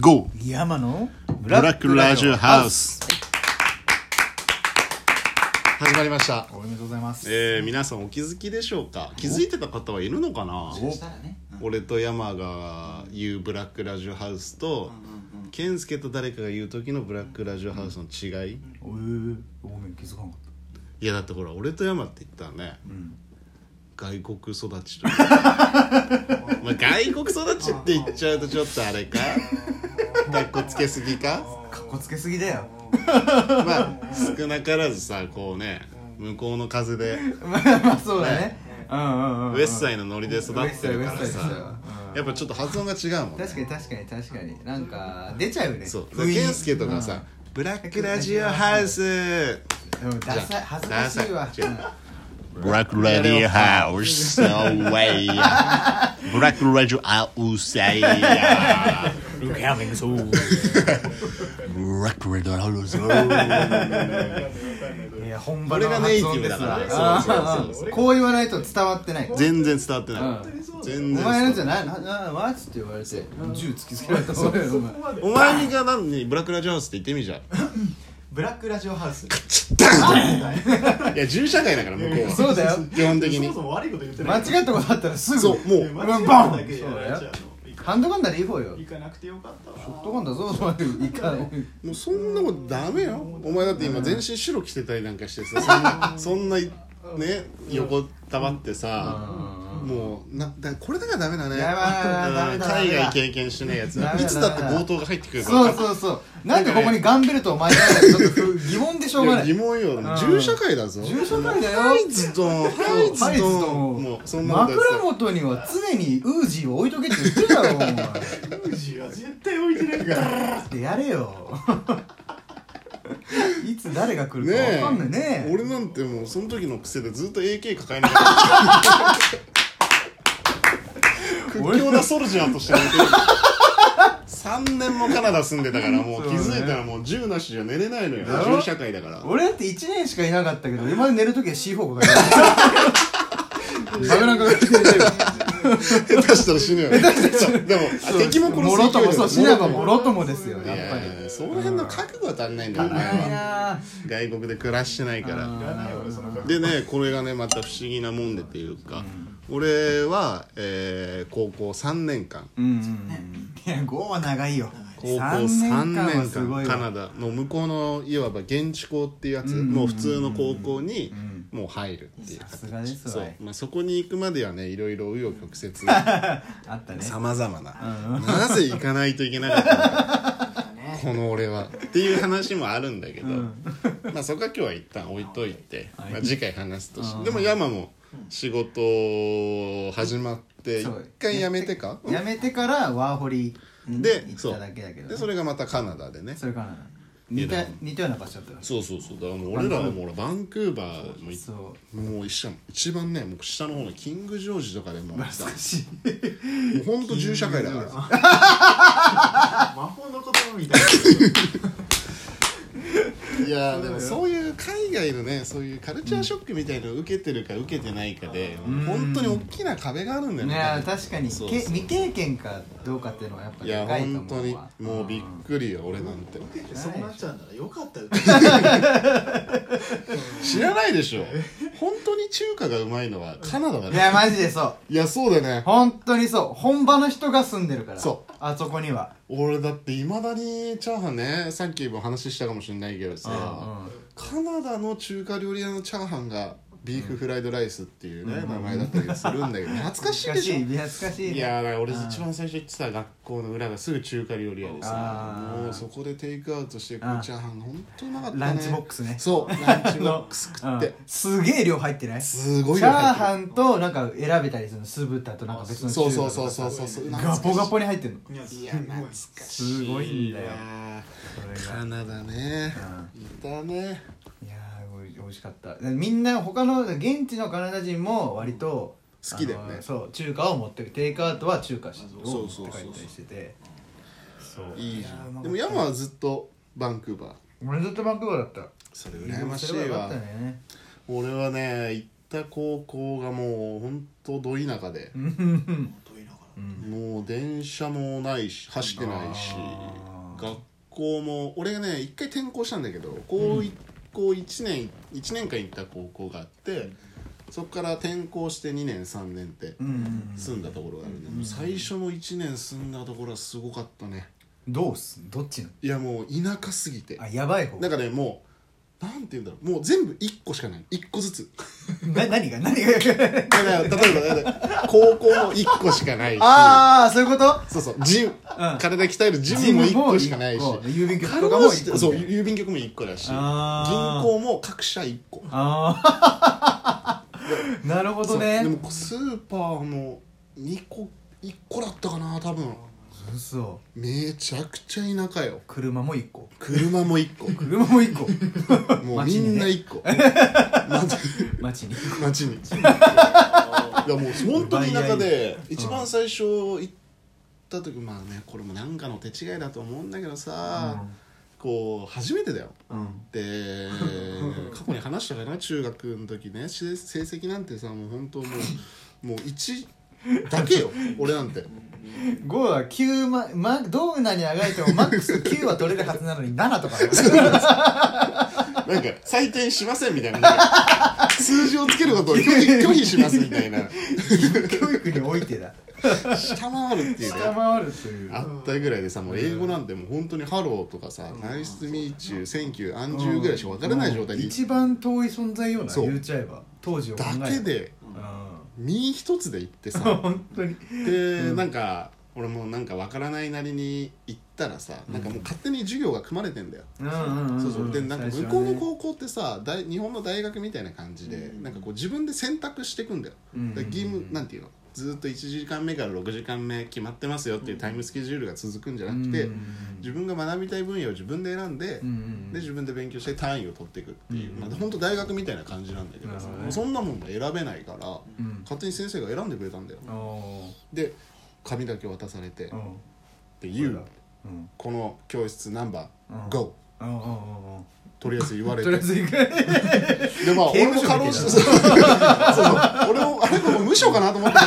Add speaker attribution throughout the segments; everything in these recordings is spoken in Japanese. Speaker 1: GO!
Speaker 2: 山のブ
Speaker 1: ブラックラジオハウス
Speaker 3: 始まりました
Speaker 2: おめでとうございます、
Speaker 1: えー、皆さんお気づきでしょうか気づいてた方はいるのかな
Speaker 2: そしたらね
Speaker 1: 俺と山が言うブラックラジオハウスと健介と誰かが言う時のブラックラジオハウスの違い
Speaker 2: おえー、ごめん気づかなかっ
Speaker 1: いやだってほら俺と山って言ったらね外国育ち まあ外国育ちって言っちゃうとちょっとあれかかっこつけすぎか
Speaker 2: たかっこつけすぎだよ
Speaker 1: まあ少なからずさこうね向こうの風で
Speaker 2: まあ まあそうだねうんうんうん
Speaker 1: ウエッサイのノリで育ってるから
Speaker 2: ウエッサイウエッサイウエッ
Speaker 1: さ
Speaker 2: サイ
Speaker 1: やっぱちょっと発音が違うもんね
Speaker 2: 確かに確かに確かになんか出ちゃうよね
Speaker 1: そう
Speaker 2: 不意に
Speaker 1: 健介とかさ「ブラックラジオハウス」
Speaker 2: うんでもダ
Speaker 1: じ
Speaker 2: サ
Speaker 1: ゃ
Speaker 2: い
Speaker 1: あ
Speaker 2: 恥ずかしいわ
Speaker 1: ダサい違うブラックラジオハウス、ウェイ ヤー。ブラックラジオハウス、ウェイヤー。
Speaker 2: ルカヤメンソー
Speaker 1: ブラックラジオハウス。
Speaker 2: いや本場
Speaker 1: 俺
Speaker 2: の
Speaker 1: がネイ
Speaker 2: 発
Speaker 1: ティブ
Speaker 2: 音で
Speaker 1: だ
Speaker 2: す
Speaker 1: か
Speaker 2: わ
Speaker 1: ら。そうそうそう。
Speaker 2: こう言わないと伝わってない
Speaker 1: 全然伝わってな
Speaker 2: う
Speaker 1: い
Speaker 2: ん。
Speaker 1: 全
Speaker 2: お
Speaker 1: 然
Speaker 2: 前なん
Speaker 1: 伝
Speaker 2: じ
Speaker 1: わ
Speaker 2: ゃ
Speaker 1: ってない。
Speaker 2: ないななワッツって言われて銃突きつけられたそうお前
Speaker 1: お前が何にブラックラジオハウスって言ってみじゃん。
Speaker 3: ブラックラジオハ ウス
Speaker 1: いや、銃社会だから向こうは。
Speaker 2: そうだよ
Speaker 1: 基本的
Speaker 3: そも
Speaker 1: に
Speaker 3: そ。も悪いこと言って
Speaker 2: 間
Speaker 3: ない
Speaker 2: 違ったことあったらすぐ
Speaker 1: そう、もう。
Speaker 3: 間
Speaker 2: う
Speaker 3: 違
Speaker 2: ん
Speaker 3: った
Speaker 2: ボン
Speaker 3: だけじゃ
Speaker 2: そう
Speaker 3: な
Speaker 2: だ
Speaker 3: い
Speaker 2: よ
Speaker 3: じゃん行か
Speaker 2: ハンドガンならいい方よ
Speaker 3: 行かなくてよかった
Speaker 2: ショッ
Speaker 3: わ
Speaker 2: トガンだぞと思っていかん
Speaker 1: もうそんなことダメよお前だって今全身白着てたりなんかしてさそんなそんなね横たわってさもうなだこれだからダメだね
Speaker 2: やばいやばいやばい
Speaker 1: うん
Speaker 2: ダメだダメ
Speaker 1: 海
Speaker 2: だ
Speaker 1: 外経験してないやつ
Speaker 2: ダメだ
Speaker 1: いつだって強盗が入ってくるから
Speaker 2: そうそうそうなんでここにガンベルトを巻いたのかちょっと不疑問でしょうがない
Speaker 1: や疑
Speaker 2: 銃
Speaker 1: 問よ
Speaker 2: ん
Speaker 1: 銃社会だぞ
Speaker 2: 社会だよ
Speaker 1: ハイズドンハイ
Speaker 2: ハイ
Speaker 1: ズ
Speaker 2: ズ
Speaker 1: ド
Speaker 2: と
Speaker 1: ンもうそんなことや
Speaker 2: 枕元には常にウージーを置いとけって言ってるだろお前
Speaker 3: ウージーは絶対置いてないから
Speaker 2: ってやれよいつ誰が来
Speaker 1: ね
Speaker 2: るか分かんないね
Speaker 1: え俺なんてもうその時の癖でずっと AK 抱えなが ら屈強なソルジャーとして寝てる3年もカナダ住んでたからもう気づいたらもう銃なしじゃ寝れないのよ
Speaker 2: だろ
Speaker 1: 銃社会だから
Speaker 2: 俺だって1年しかいなかったけど今まで寝るときは C4 かかる壁なんかかけてる
Speaker 1: 下手したら死ぬよねでもあ敵も殺す
Speaker 2: もろともそうシナバも
Speaker 1: も
Speaker 2: ろともですよ
Speaker 1: いや
Speaker 2: や
Speaker 1: い
Speaker 2: っぱり
Speaker 1: やその辺の覚悟は足んないんだよお前
Speaker 2: ない
Speaker 1: は
Speaker 2: なあ
Speaker 1: 外国で暮らしてないから
Speaker 3: いらないわその格好
Speaker 1: でねこれがねまた不思議なもんでっていうか、俺は、えー高校3年間
Speaker 2: うんうんうんいや5は長いよ
Speaker 1: 高校3
Speaker 2: 3
Speaker 1: 年間
Speaker 2: 年間はすごいわ
Speaker 1: カナダの向こうのいわば現地校っていうやつ、
Speaker 2: うん
Speaker 1: もう普通の高校にもう入るっていう
Speaker 2: さすがです
Speaker 1: そ
Speaker 2: わ
Speaker 1: う、まあ、そこに行くまではねいろいろ紆余曲折
Speaker 2: あったね
Speaker 1: さまざま
Speaker 2: う
Speaker 1: なん
Speaker 2: うん
Speaker 1: なぜ行かないといけなかったのか この俺はっていう話もあるんだけど、 まあそこは今日は一旦置いといて、
Speaker 2: はい
Speaker 1: まあ、次回話すとし
Speaker 2: うん
Speaker 1: でも山も仕事始まって
Speaker 2: そ
Speaker 1: 一
Speaker 2: う
Speaker 1: 回辞めてか
Speaker 2: やめてからワーホリに
Speaker 1: で
Speaker 2: 行
Speaker 1: そ
Speaker 2: った
Speaker 1: う
Speaker 2: だけだけど
Speaker 1: でそれがまたカナダでね
Speaker 2: それから似
Speaker 1: いや
Speaker 2: た
Speaker 1: だから
Speaker 2: 似たような場所だったよ
Speaker 1: そうそうそうだからもう俺らはもうほらバンクーバーも行っ
Speaker 2: そう
Speaker 1: もう一社一番ねもう下の方のキングジョージとかでもうさ
Speaker 2: 懐かしい
Speaker 1: もうほんと銃社会だから
Speaker 3: 魔法の言葉みたいない
Speaker 1: やーでもそういう海外のねそういうカルチャーショックみたいのを受けてるか受けてないかで、
Speaker 2: ん
Speaker 1: 本当に大きな壁があるんだよね
Speaker 2: ね確かに
Speaker 1: そう
Speaker 2: け
Speaker 1: そう
Speaker 2: 未経験かどうかっていうのはやっぱ
Speaker 1: い
Speaker 2: で
Speaker 1: や
Speaker 2: かいと
Speaker 1: 本当
Speaker 2: 思う
Speaker 1: に
Speaker 2: わ
Speaker 1: もうびっくりよ俺なんて
Speaker 3: そうなっちゃうんならよ かったよ
Speaker 1: 知らないでしょ本当に中華がうまいのはカナダだ
Speaker 2: い
Speaker 1: ね
Speaker 2: やマジでそう
Speaker 1: いやそうだね
Speaker 2: 本当にそう本場の人が住んでるから
Speaker 1: そう
Speaker 2: あそこには
Speaker 1: 俺だっていまだにチャーハンねさっきも話したかもしれないけどさ、カナダの中華料理屋のチャーハンがビーフフライドライスっていうね、名前だったりするんだけど懐かしい
Speaker 2: 懐か
Speaker 1: で
Speaker 2: し
Speaker 1: しょ
Speaker 2: い懐かしい
Speaker 1: いやー俺一番最初行ってた学校の裏がすぐ中華料理屋でさ
Speaker 2: あー
Speaker 1: もうそこでテイクアウトしてく
Speaker 2: あ
Speaker 1: る
Speaker 2: ー
Speaker 1: チャーハンが本当うまかったね
Speaker 2: ランチボックスね
Speaker 1: そうランチボックス食っ
Speaker 2: うん
Speaker 1: て
Speaker 2: すげえ量入ってないチ
Speaker 1: すごい
Speaker 2: ャーハ
Speaker 1: ン
Speaker 2: ンとなんか選べたりするの酢豚となんか別の
Speaker 1: そうそう
Speaker 2: 中華
Speaker 1: そう
Speaker 2: と
Speaker 1: そうそうそう
Speaker 2: ガポガ
Speaker 1: 懐か
Speaker 2: ポに入ってんの
Speaker 3: いや
Speaker 1: し
Speaker 3: す
Speaker 1: いい
Speaker 3: ごい
Speaker 1: や懐かしい
Speaker 2: すごいんだよ
Speaker 1: わ
Speaker 2: それ
Speaker 1: ー
Speaker 2: が
Speaker 1: カナダねいたね
Speaker 2: いやー美味しかったみんな他の現地のカナダ人も割と
Speaker 1: 好きだよね
Speaker 2: あのそう中華を持ってるテイクアウトは中華を
Speaker 1: そ
Speaker 2: 持
Speaker 1: うそうそう
Speaker 2: って帰ったりしててそう
Speaker 1: いいじ
Speaker 2: や
Speaker 1: ゃ
Speaker 2: ー
Speaker 1: んでも山はずっとバンクーバー
Speaker 2: 俺ずっとバンクーバーだった
Speaker 1: それ羨ましい
Speaker 2: よか
Speaker 1: わ
Speaker 2: ったね
Speaker 1: 俺はね行った高校がもうほんとど田舎で
Speaker 2: うん
Speaker 3: 本当にだから
Speaker 2: うん
Speaker 1: もう電車もないし走ってないし
Speaker 2: あー
Speaker 1: 学校も俺がね一回転校したんだけど高一高1年一年間行った高校があってそこから転校して2年3年って
Speaker 2: うんうん
Speaker 1: 住んだところがあるんだけど最初の1年住んだところはすごかったね
Speaker 2: どうすんどっちの
Speaker 1: いやもう田舎すぎて
Speaker 2: あやばい方
Speaker 1: なんかねもうなんて言うんだろうもう全部1個しかない1個ずつ
Speaker 2: な何が何が
Speaker 1: だから例えばだから高校も1個しかないし
Speaker 2: ああそういうこと
Speaker 1: そうそうジム体鍛えるジムも1個しかないし
Speaker 2: ジムも一個郵便局
Speaker 1: か
Speaker 2: と
Speaker 1: ろ
Speaker 2: かも
Speaker 1: うじ
Speaker 2: 一個
Speaker 1: てそう郵便局も1個だし銀
Speaker 2: あー
Speaker 1: 行も各社1個
Speaker 2: あ あなるほどね
Speaker 1: そうでもスーパーも2個1個だったかな多分
Speaker 2: 嘘
Speaker 1: めちゃくちゃ田舎よ
Speaker 2: 車も一個
Speaker 1: 車も1個
Speaker 2: 車も一個
Speaker 1: もうみ
Speaker 2: 街にね
Speaker 1: んな1個 街
Speaker 2: 街に
Speaker 1: 街 にいやもう本当に田舎で一番最初行った時まあねこれもなんかの手違いだと思うんだけどさ、こう初めてだよ
Speaker 2: うん
Speaker 1: で過去に話したかな中学の時ねし成績なんてさもう本当もうもう1だけ よ俺なんて
Speaker 2: 5は9ま、ま、どんなにあがいてもマックス9は取れるはずなのに7とかだよ
Speaker 1: なんか採点しませんみたいななんか数字をつけることを拒否拒否しますみたいな
Speaker 2: 教育においてだ
Speaker 1: 下回るっていうね
Speaker 2: 下回るという
Speaker 1: あったぐらいでさもう英語なんてもう本当に「ハロー」とかさ「ナイス・ミーチュー」「センキュー」「アンジュー」ぐらいしか分からない状態
Speaker 2: もう
Speaker 1: で
Speaker 2: 一番遠い存在ような
Speaker 1: そう
Speaker 2: 言っちゃえば当時を考え
Speaker 1: だけで
Speaker 2: うん
Speaker 1: 身一つで行ってさ
Speaker 2: 本当に
Speaker 1: でなんか俺もなんかわからないなりに行ったらさなんかもう勝手に授業が組まれてんだよ、
Speaker 2: そ
Speaker 1: そうそうでなんか向こうの高校ってさ大日本の大学みたいな感じで、
Speaker 3: うん
Speaker 1: なんかこう自分で選択していくんだよ、
Speaker 2: うん
Speaker 1: だから義務なんていうのずっと1時間目から6時間目決まってますよっていうタイムスケジュールが続くんじゃなくて、自分が学びたい分野を自分で選んで、で自分で勉強して単位を取っていくっていう、
Speaker 2: うん
Speaker 1: まあ、本当大学みたいな感じなんだけどさ、
Speaker 2: なるほどね
Speaker 1: もうそんなもんも選べないから
Speaker 2: 分
Speaker 1: 勝手に先生が選んでくれたんだよで紙だけ渡されて「で You この教室ナンバ
Speaker 2: う
Speaker 1: ー
Speaker 2: ん
Speaker 1: GO」とりあえず言われ
Speaker 2: とりあえ
Speaker 1: て
Speaker 2: ず行く
Speaker 1: でまあ
Speaker 2: 刑
Speaker 1: 俺
Speaker 2: 務
Speaker 1: も過労
Speaker 2: 所みたいな
Speaker 1: してそうそうそう俺もあれこれ無所かなと思って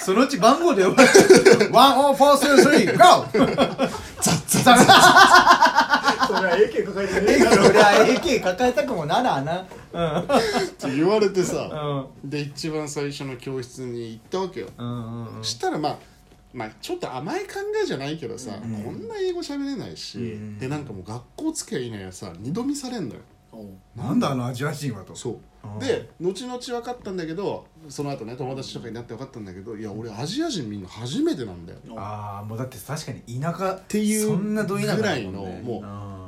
Speaker 2: そのうち番号で呼ばれる10423 GO!
Speaker 1: ザッザッ
Speaker 3: それは AK 抱えてね
Speaker 2: え
Speaker 3: えだろ
Speaker 2: 俺は AK 抱えたくもならなうん
Speaker 1: って言われて
Speaker 2: う
Speaker 1: さ
Speaker 2: ん
Speaker 1: で一番最初の教室に行ったわけよ
Speaker 2: うんうん
Speaker 1: したらまあまあちょっと甘い考えじゃないけどさ、
Speaker 2: ん
Speaker 1: こんな英語喋れないし、
Speaker 2: うん
Speaker 1: でなんかもう学校つきゃいいのやさ二度見されんのよ
Speaker 2: なんだあのアジア人はと
Speaker 1: そう
Speaker 2: あー
Speaker 1: で後々分かったんだけどその後ね友達とかになって分かったんだけどいや俺アジア人みんな初めてなんだよ
Speaker 2: ああもうだって確かに田舎って
Speaker 1: いう
Speaker 2: そんなど田舎
Speaker 1: ぐら
Speaker 2: だ
Speaker 1: い
Speaker 2: もん
Speaker 1: の
Speaker 2: ね
Speaker 1: も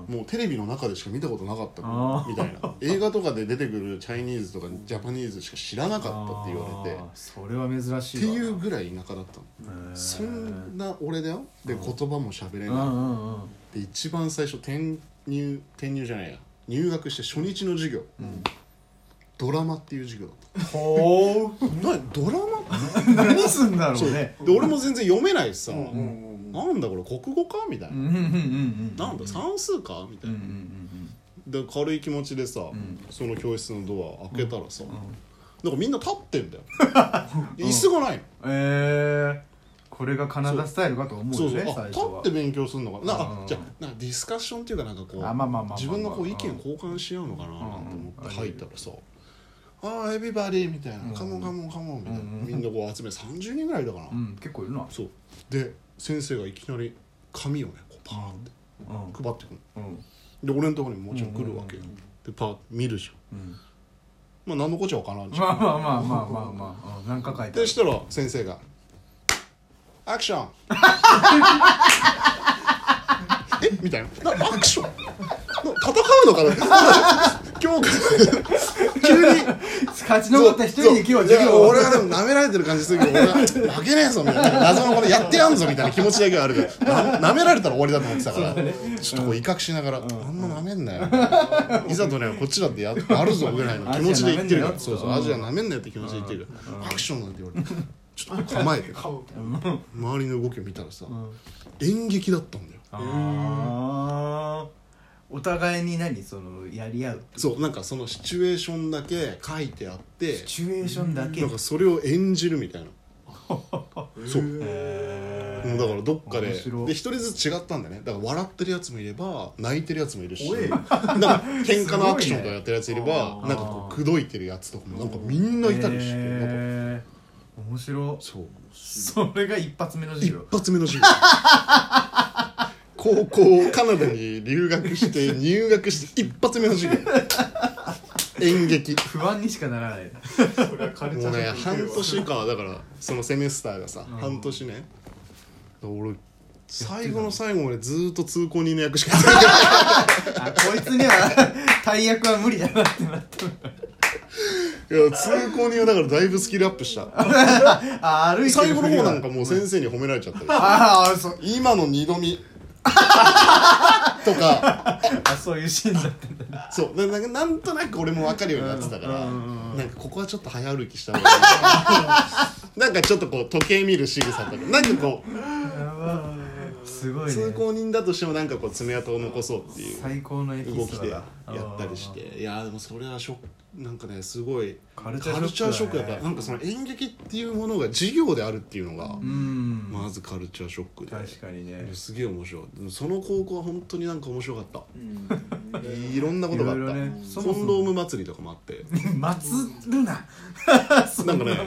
Speaker 1: うもうテレビの中でしか見たことなかった
Speaker 2: あー
Speaker 1: みたいな映画とかで出てくるチャイニーズとかジャパニーズしか知らなかったって言われて
Speaker 2: あーそれは珍し
Speaker 1: っ
Speaker 2: い
Speaker 1: て
Speaker 2: わ
Speaker 1: いうぐらい田舎だったの
Speaker 2: へー
Speaker 1: そんな俺だよで言葉も喋れ
Speaker 2: うん
Speaker 1: な
Speaker 2: うんうん
Speaker 1: いで一番最初転入転入じゃないや入学して初日の授業ドラマっていう授業だっ
Speaker 2: ほう
Speaker 1: た何ドラマ
Speaker 2: 何すんだろ
Speaker 1: そうう
Speaker 2: ね
Speaker 1: で俺も全然読めないしさ
Speaker 3: うんうんうんうん
Speaker 1: なんだこれ国語かみたい
Speaker 2: うん
Speaker 1: な
Speaker 2: うんうんうん
Speaker 1: なんだ算数かみた
Speaker 2: う
Speaker 1: い
Speaker 2: んう
Speaker 1: なん
Speaker 2: う
Speaker 1: で
Speaker 2: ん
Speaker 1: 軽い気持ちでさ、
Speaker 2: ん
Speaker 1: その教室のドア開けたらさ、
Speaker 2: うんうん
Speaker 1: なんかみんな立ってんだ よ椅子がないの、
Speaker 2: ええこれがカナダスタイルかと思う
Speaker 1: そう
Speaker 2: よ
Speaker 1: そう
Speaker 2: ね
Speaker 1: あ
Speaker 2: 最
Speaker 1: 立
Speaker 2: 初
Speaker 1: っ
Speaker 2: は
Speaker 1: て勉強するのかななんか、
Speaker 2: うん
Speaker 1: じゃあなんかディスカッションっていうかなんかこう
Speaker 2: あまあまあまあまあまあ
Speaker 1: 自分がこう意見交換し合うのかななんて思って入ったらさ「ああエビバディ」みたいな「カモンカモンカモン」みたいな、
Speaker 2: うんうん
Speaker 1: みんなこう集めて30人ぐらいだから、
Speaker 2: うん結構いるな
Speaker 1: そうで先生がいきなり紙をねこうパーンって
Speaker 2: うん
Speaker 1: 配ってくる
Speaker 2: うん
Speaker 1: で俺のところにもちろん来るわけよ、
Speaker 2: うん
Speaker 1: でパーッて見るじゃん
Speaker 2: うん
Speaker 1: まあ何のこっちゃわからんじゃん
Speaker 2: まあまあまあまあまあまあうんなんか書いてあ
Speaker 1: で
Speaker 2: る
Speaker 1: したら先生が「アクション! え」みたいななアクションな戦うのかな 今日から急に
Speaker 2: 勝ち残った一人に今日は授業
Speaker 1: いや
Speaker 2: を
Speaker 1: 俺はでも舐められてる感じするけ ど俺は負けねえぞみたいな謎のこのやってやんぞみたいな気持ちだけはあるけど な舐められたら終わりだと思ってたから、ちょっとこう威嚇しながら、あんま舐めんなよ、いざとねこっちだってやあるぞぐらいの気持ちで言ってるから
Speaker 2: アジ
Speaker 1: そうそ
Speaker 2: ア舐めんなよ
Speaker 1: うアジア舐めんなよって気持ちで言ってるから、アクションなんて言われてちょっと構えて
Speaker 3: 顔
Speaker 1: 周りの動きを見たらさ、演劇だったんだよ
Speaker 2: あーお互いに何そのやり合う
Speaker 1: そうなんかそのシチュエーションだけ書いてあって
Speaker 2: シチュエーションだけ
Speaker 1: なんかそれを演じるみたいな
Speaker 3: え
Speaker 1: そう
Speaker 2: へ
Speaker 1: もうだからどっかでで
Speaker 2: 面白い
Speaker 1: 一人ずつ違ったんだよねだから笑ってるやつもいれば泣いてるやつもいるし
Speaker 3: おえ
Speaker 1: なんか喧嘩のアクションとかやってるやついれば
Speaker 3: すごいね
Speaker 1: なんかこう口説いてるやつとかもなんかみんないたりして、なんか
Speaker 2: へー面白
Speaker 1: そう
Speaker 2: それが一発目の
Speaker 1: 一
Speaker 2: 授業
Speaker 1: 発目の授業高校カナダに留学して入学して一発目の授業演劇
Speaker 2: 不安にしかならないな
Speaker 3: それはカルチ
Speaker 1: も
Speaker 3: ャ
Speaker 1: うね
Speaker 3: ーショ
Speaker 1: 半
Speaker 3: ック受
Speaker 1: 年
Speaker 3: けるわ
Speaker 1: 間だからそのセメスターがさ、
Speaker 2: うん
Speaker 1: 半年ね俺最後の最後までずーっと通行人の役しかやってない
Speaker 2: あこいつには 大役は無理だなってなって
Speaker 1: いや通行人はだからだいぶスキルアップした
Speaker 2: あ歩いてる
Speaker 1: 最後の方なんか
Speaker 2: ふりは
Speaker 1: もう先生に褒められちゃったり
Speaker 2: あーあそう
Speaker 1: 今の二度見とか
Speaker 2: あそういうシーンだったんだ
Speaker 1: そうななんかなんとなく俺も分かるようになってたから、
Speaker 2: うんうん
Speaker 1: なんかここはちょっと早歩きした方がいいな なんかちょっとこう時計見る仕草とかなんかこう
Speaker 2: やばすごいね
Speaker 1: 通行人だとしてもなんかこう爪痕を残そうっていう
Speaker 2: 最高のエピ
Speaker 1: 動き
Speaker 2: ソー
Speaker 1: で
Speaker 2: ド
Speaker 1: や
Speaker 2: だ
Speaker 1: ったりしていやーでもそれはショックなんかねすごい
Speaker 2: カルチャーショックだね
Speaker 1: ョックだからなんかその演劇っていうものが授業であるっていうのが
Speaker 2: うん
Speaker 1: まずカルチャーショックで
Speaker 2: 確かにね
Speaker 1: すげえ面白いでもその高校は本当になんか面白かった
Speaker 3: うん
Speaker 1: いろんなことがあった
Speaker 2: いろいろね
Speaker 1: コ
Speaker 2: そもそも
Speaker 1: ンドーム祭りとかもあって
Speaker 2: 祭るなそ
Speaker 1: なんかね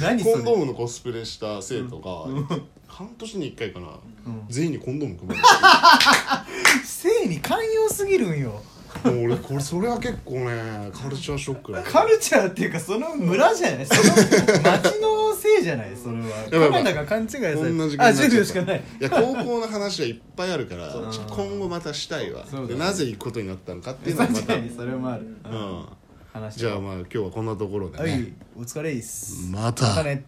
Speaker 2: 何 そ
Speaker 1: コ
Speaker 2: れ
Speaker 1: ンドームのコスプレした生徒が半年に1回かな
Speaker 2: うん
Speaker 1: 全員にコンドーム配る
Speaker 2: 性に寛容すぎるんよ
Speaker 1: もう俺これそれは結構ねカルチャーショックだった
Speaker 2: カルチャーっていうかその村じゃないその町のせいじゃないそれは
Speaker 1: やばいやばい
Speaker 2: カナダが勘違いされて
Speaker 1: 同じ
Speaker 2: あ10秒しかない
Speaker 1: いや高校の話はいっぱいあるから
Speaker 2: う
Speaker 1: ちょっと今後またしたいわ
Speaker 2: そうだね
Speaker 1: でなぜ行くことになったのかっていうのはま
Speaker 2: 確
Speaker 1: た
Speaker 2: か
Speaker 1: う
Speaker 2: にそれもある、うん
Speaker 1: ん
Speaker 2: 話
Speaker 1: じゃあまあ今日はこんなところで
Speaker 2: はい
Speaker 1: ね
Speaker 2: お疲れいっす
Speaker 1: ま
Speaker 2: ま
Speaker 1: た
Speaker 2: たね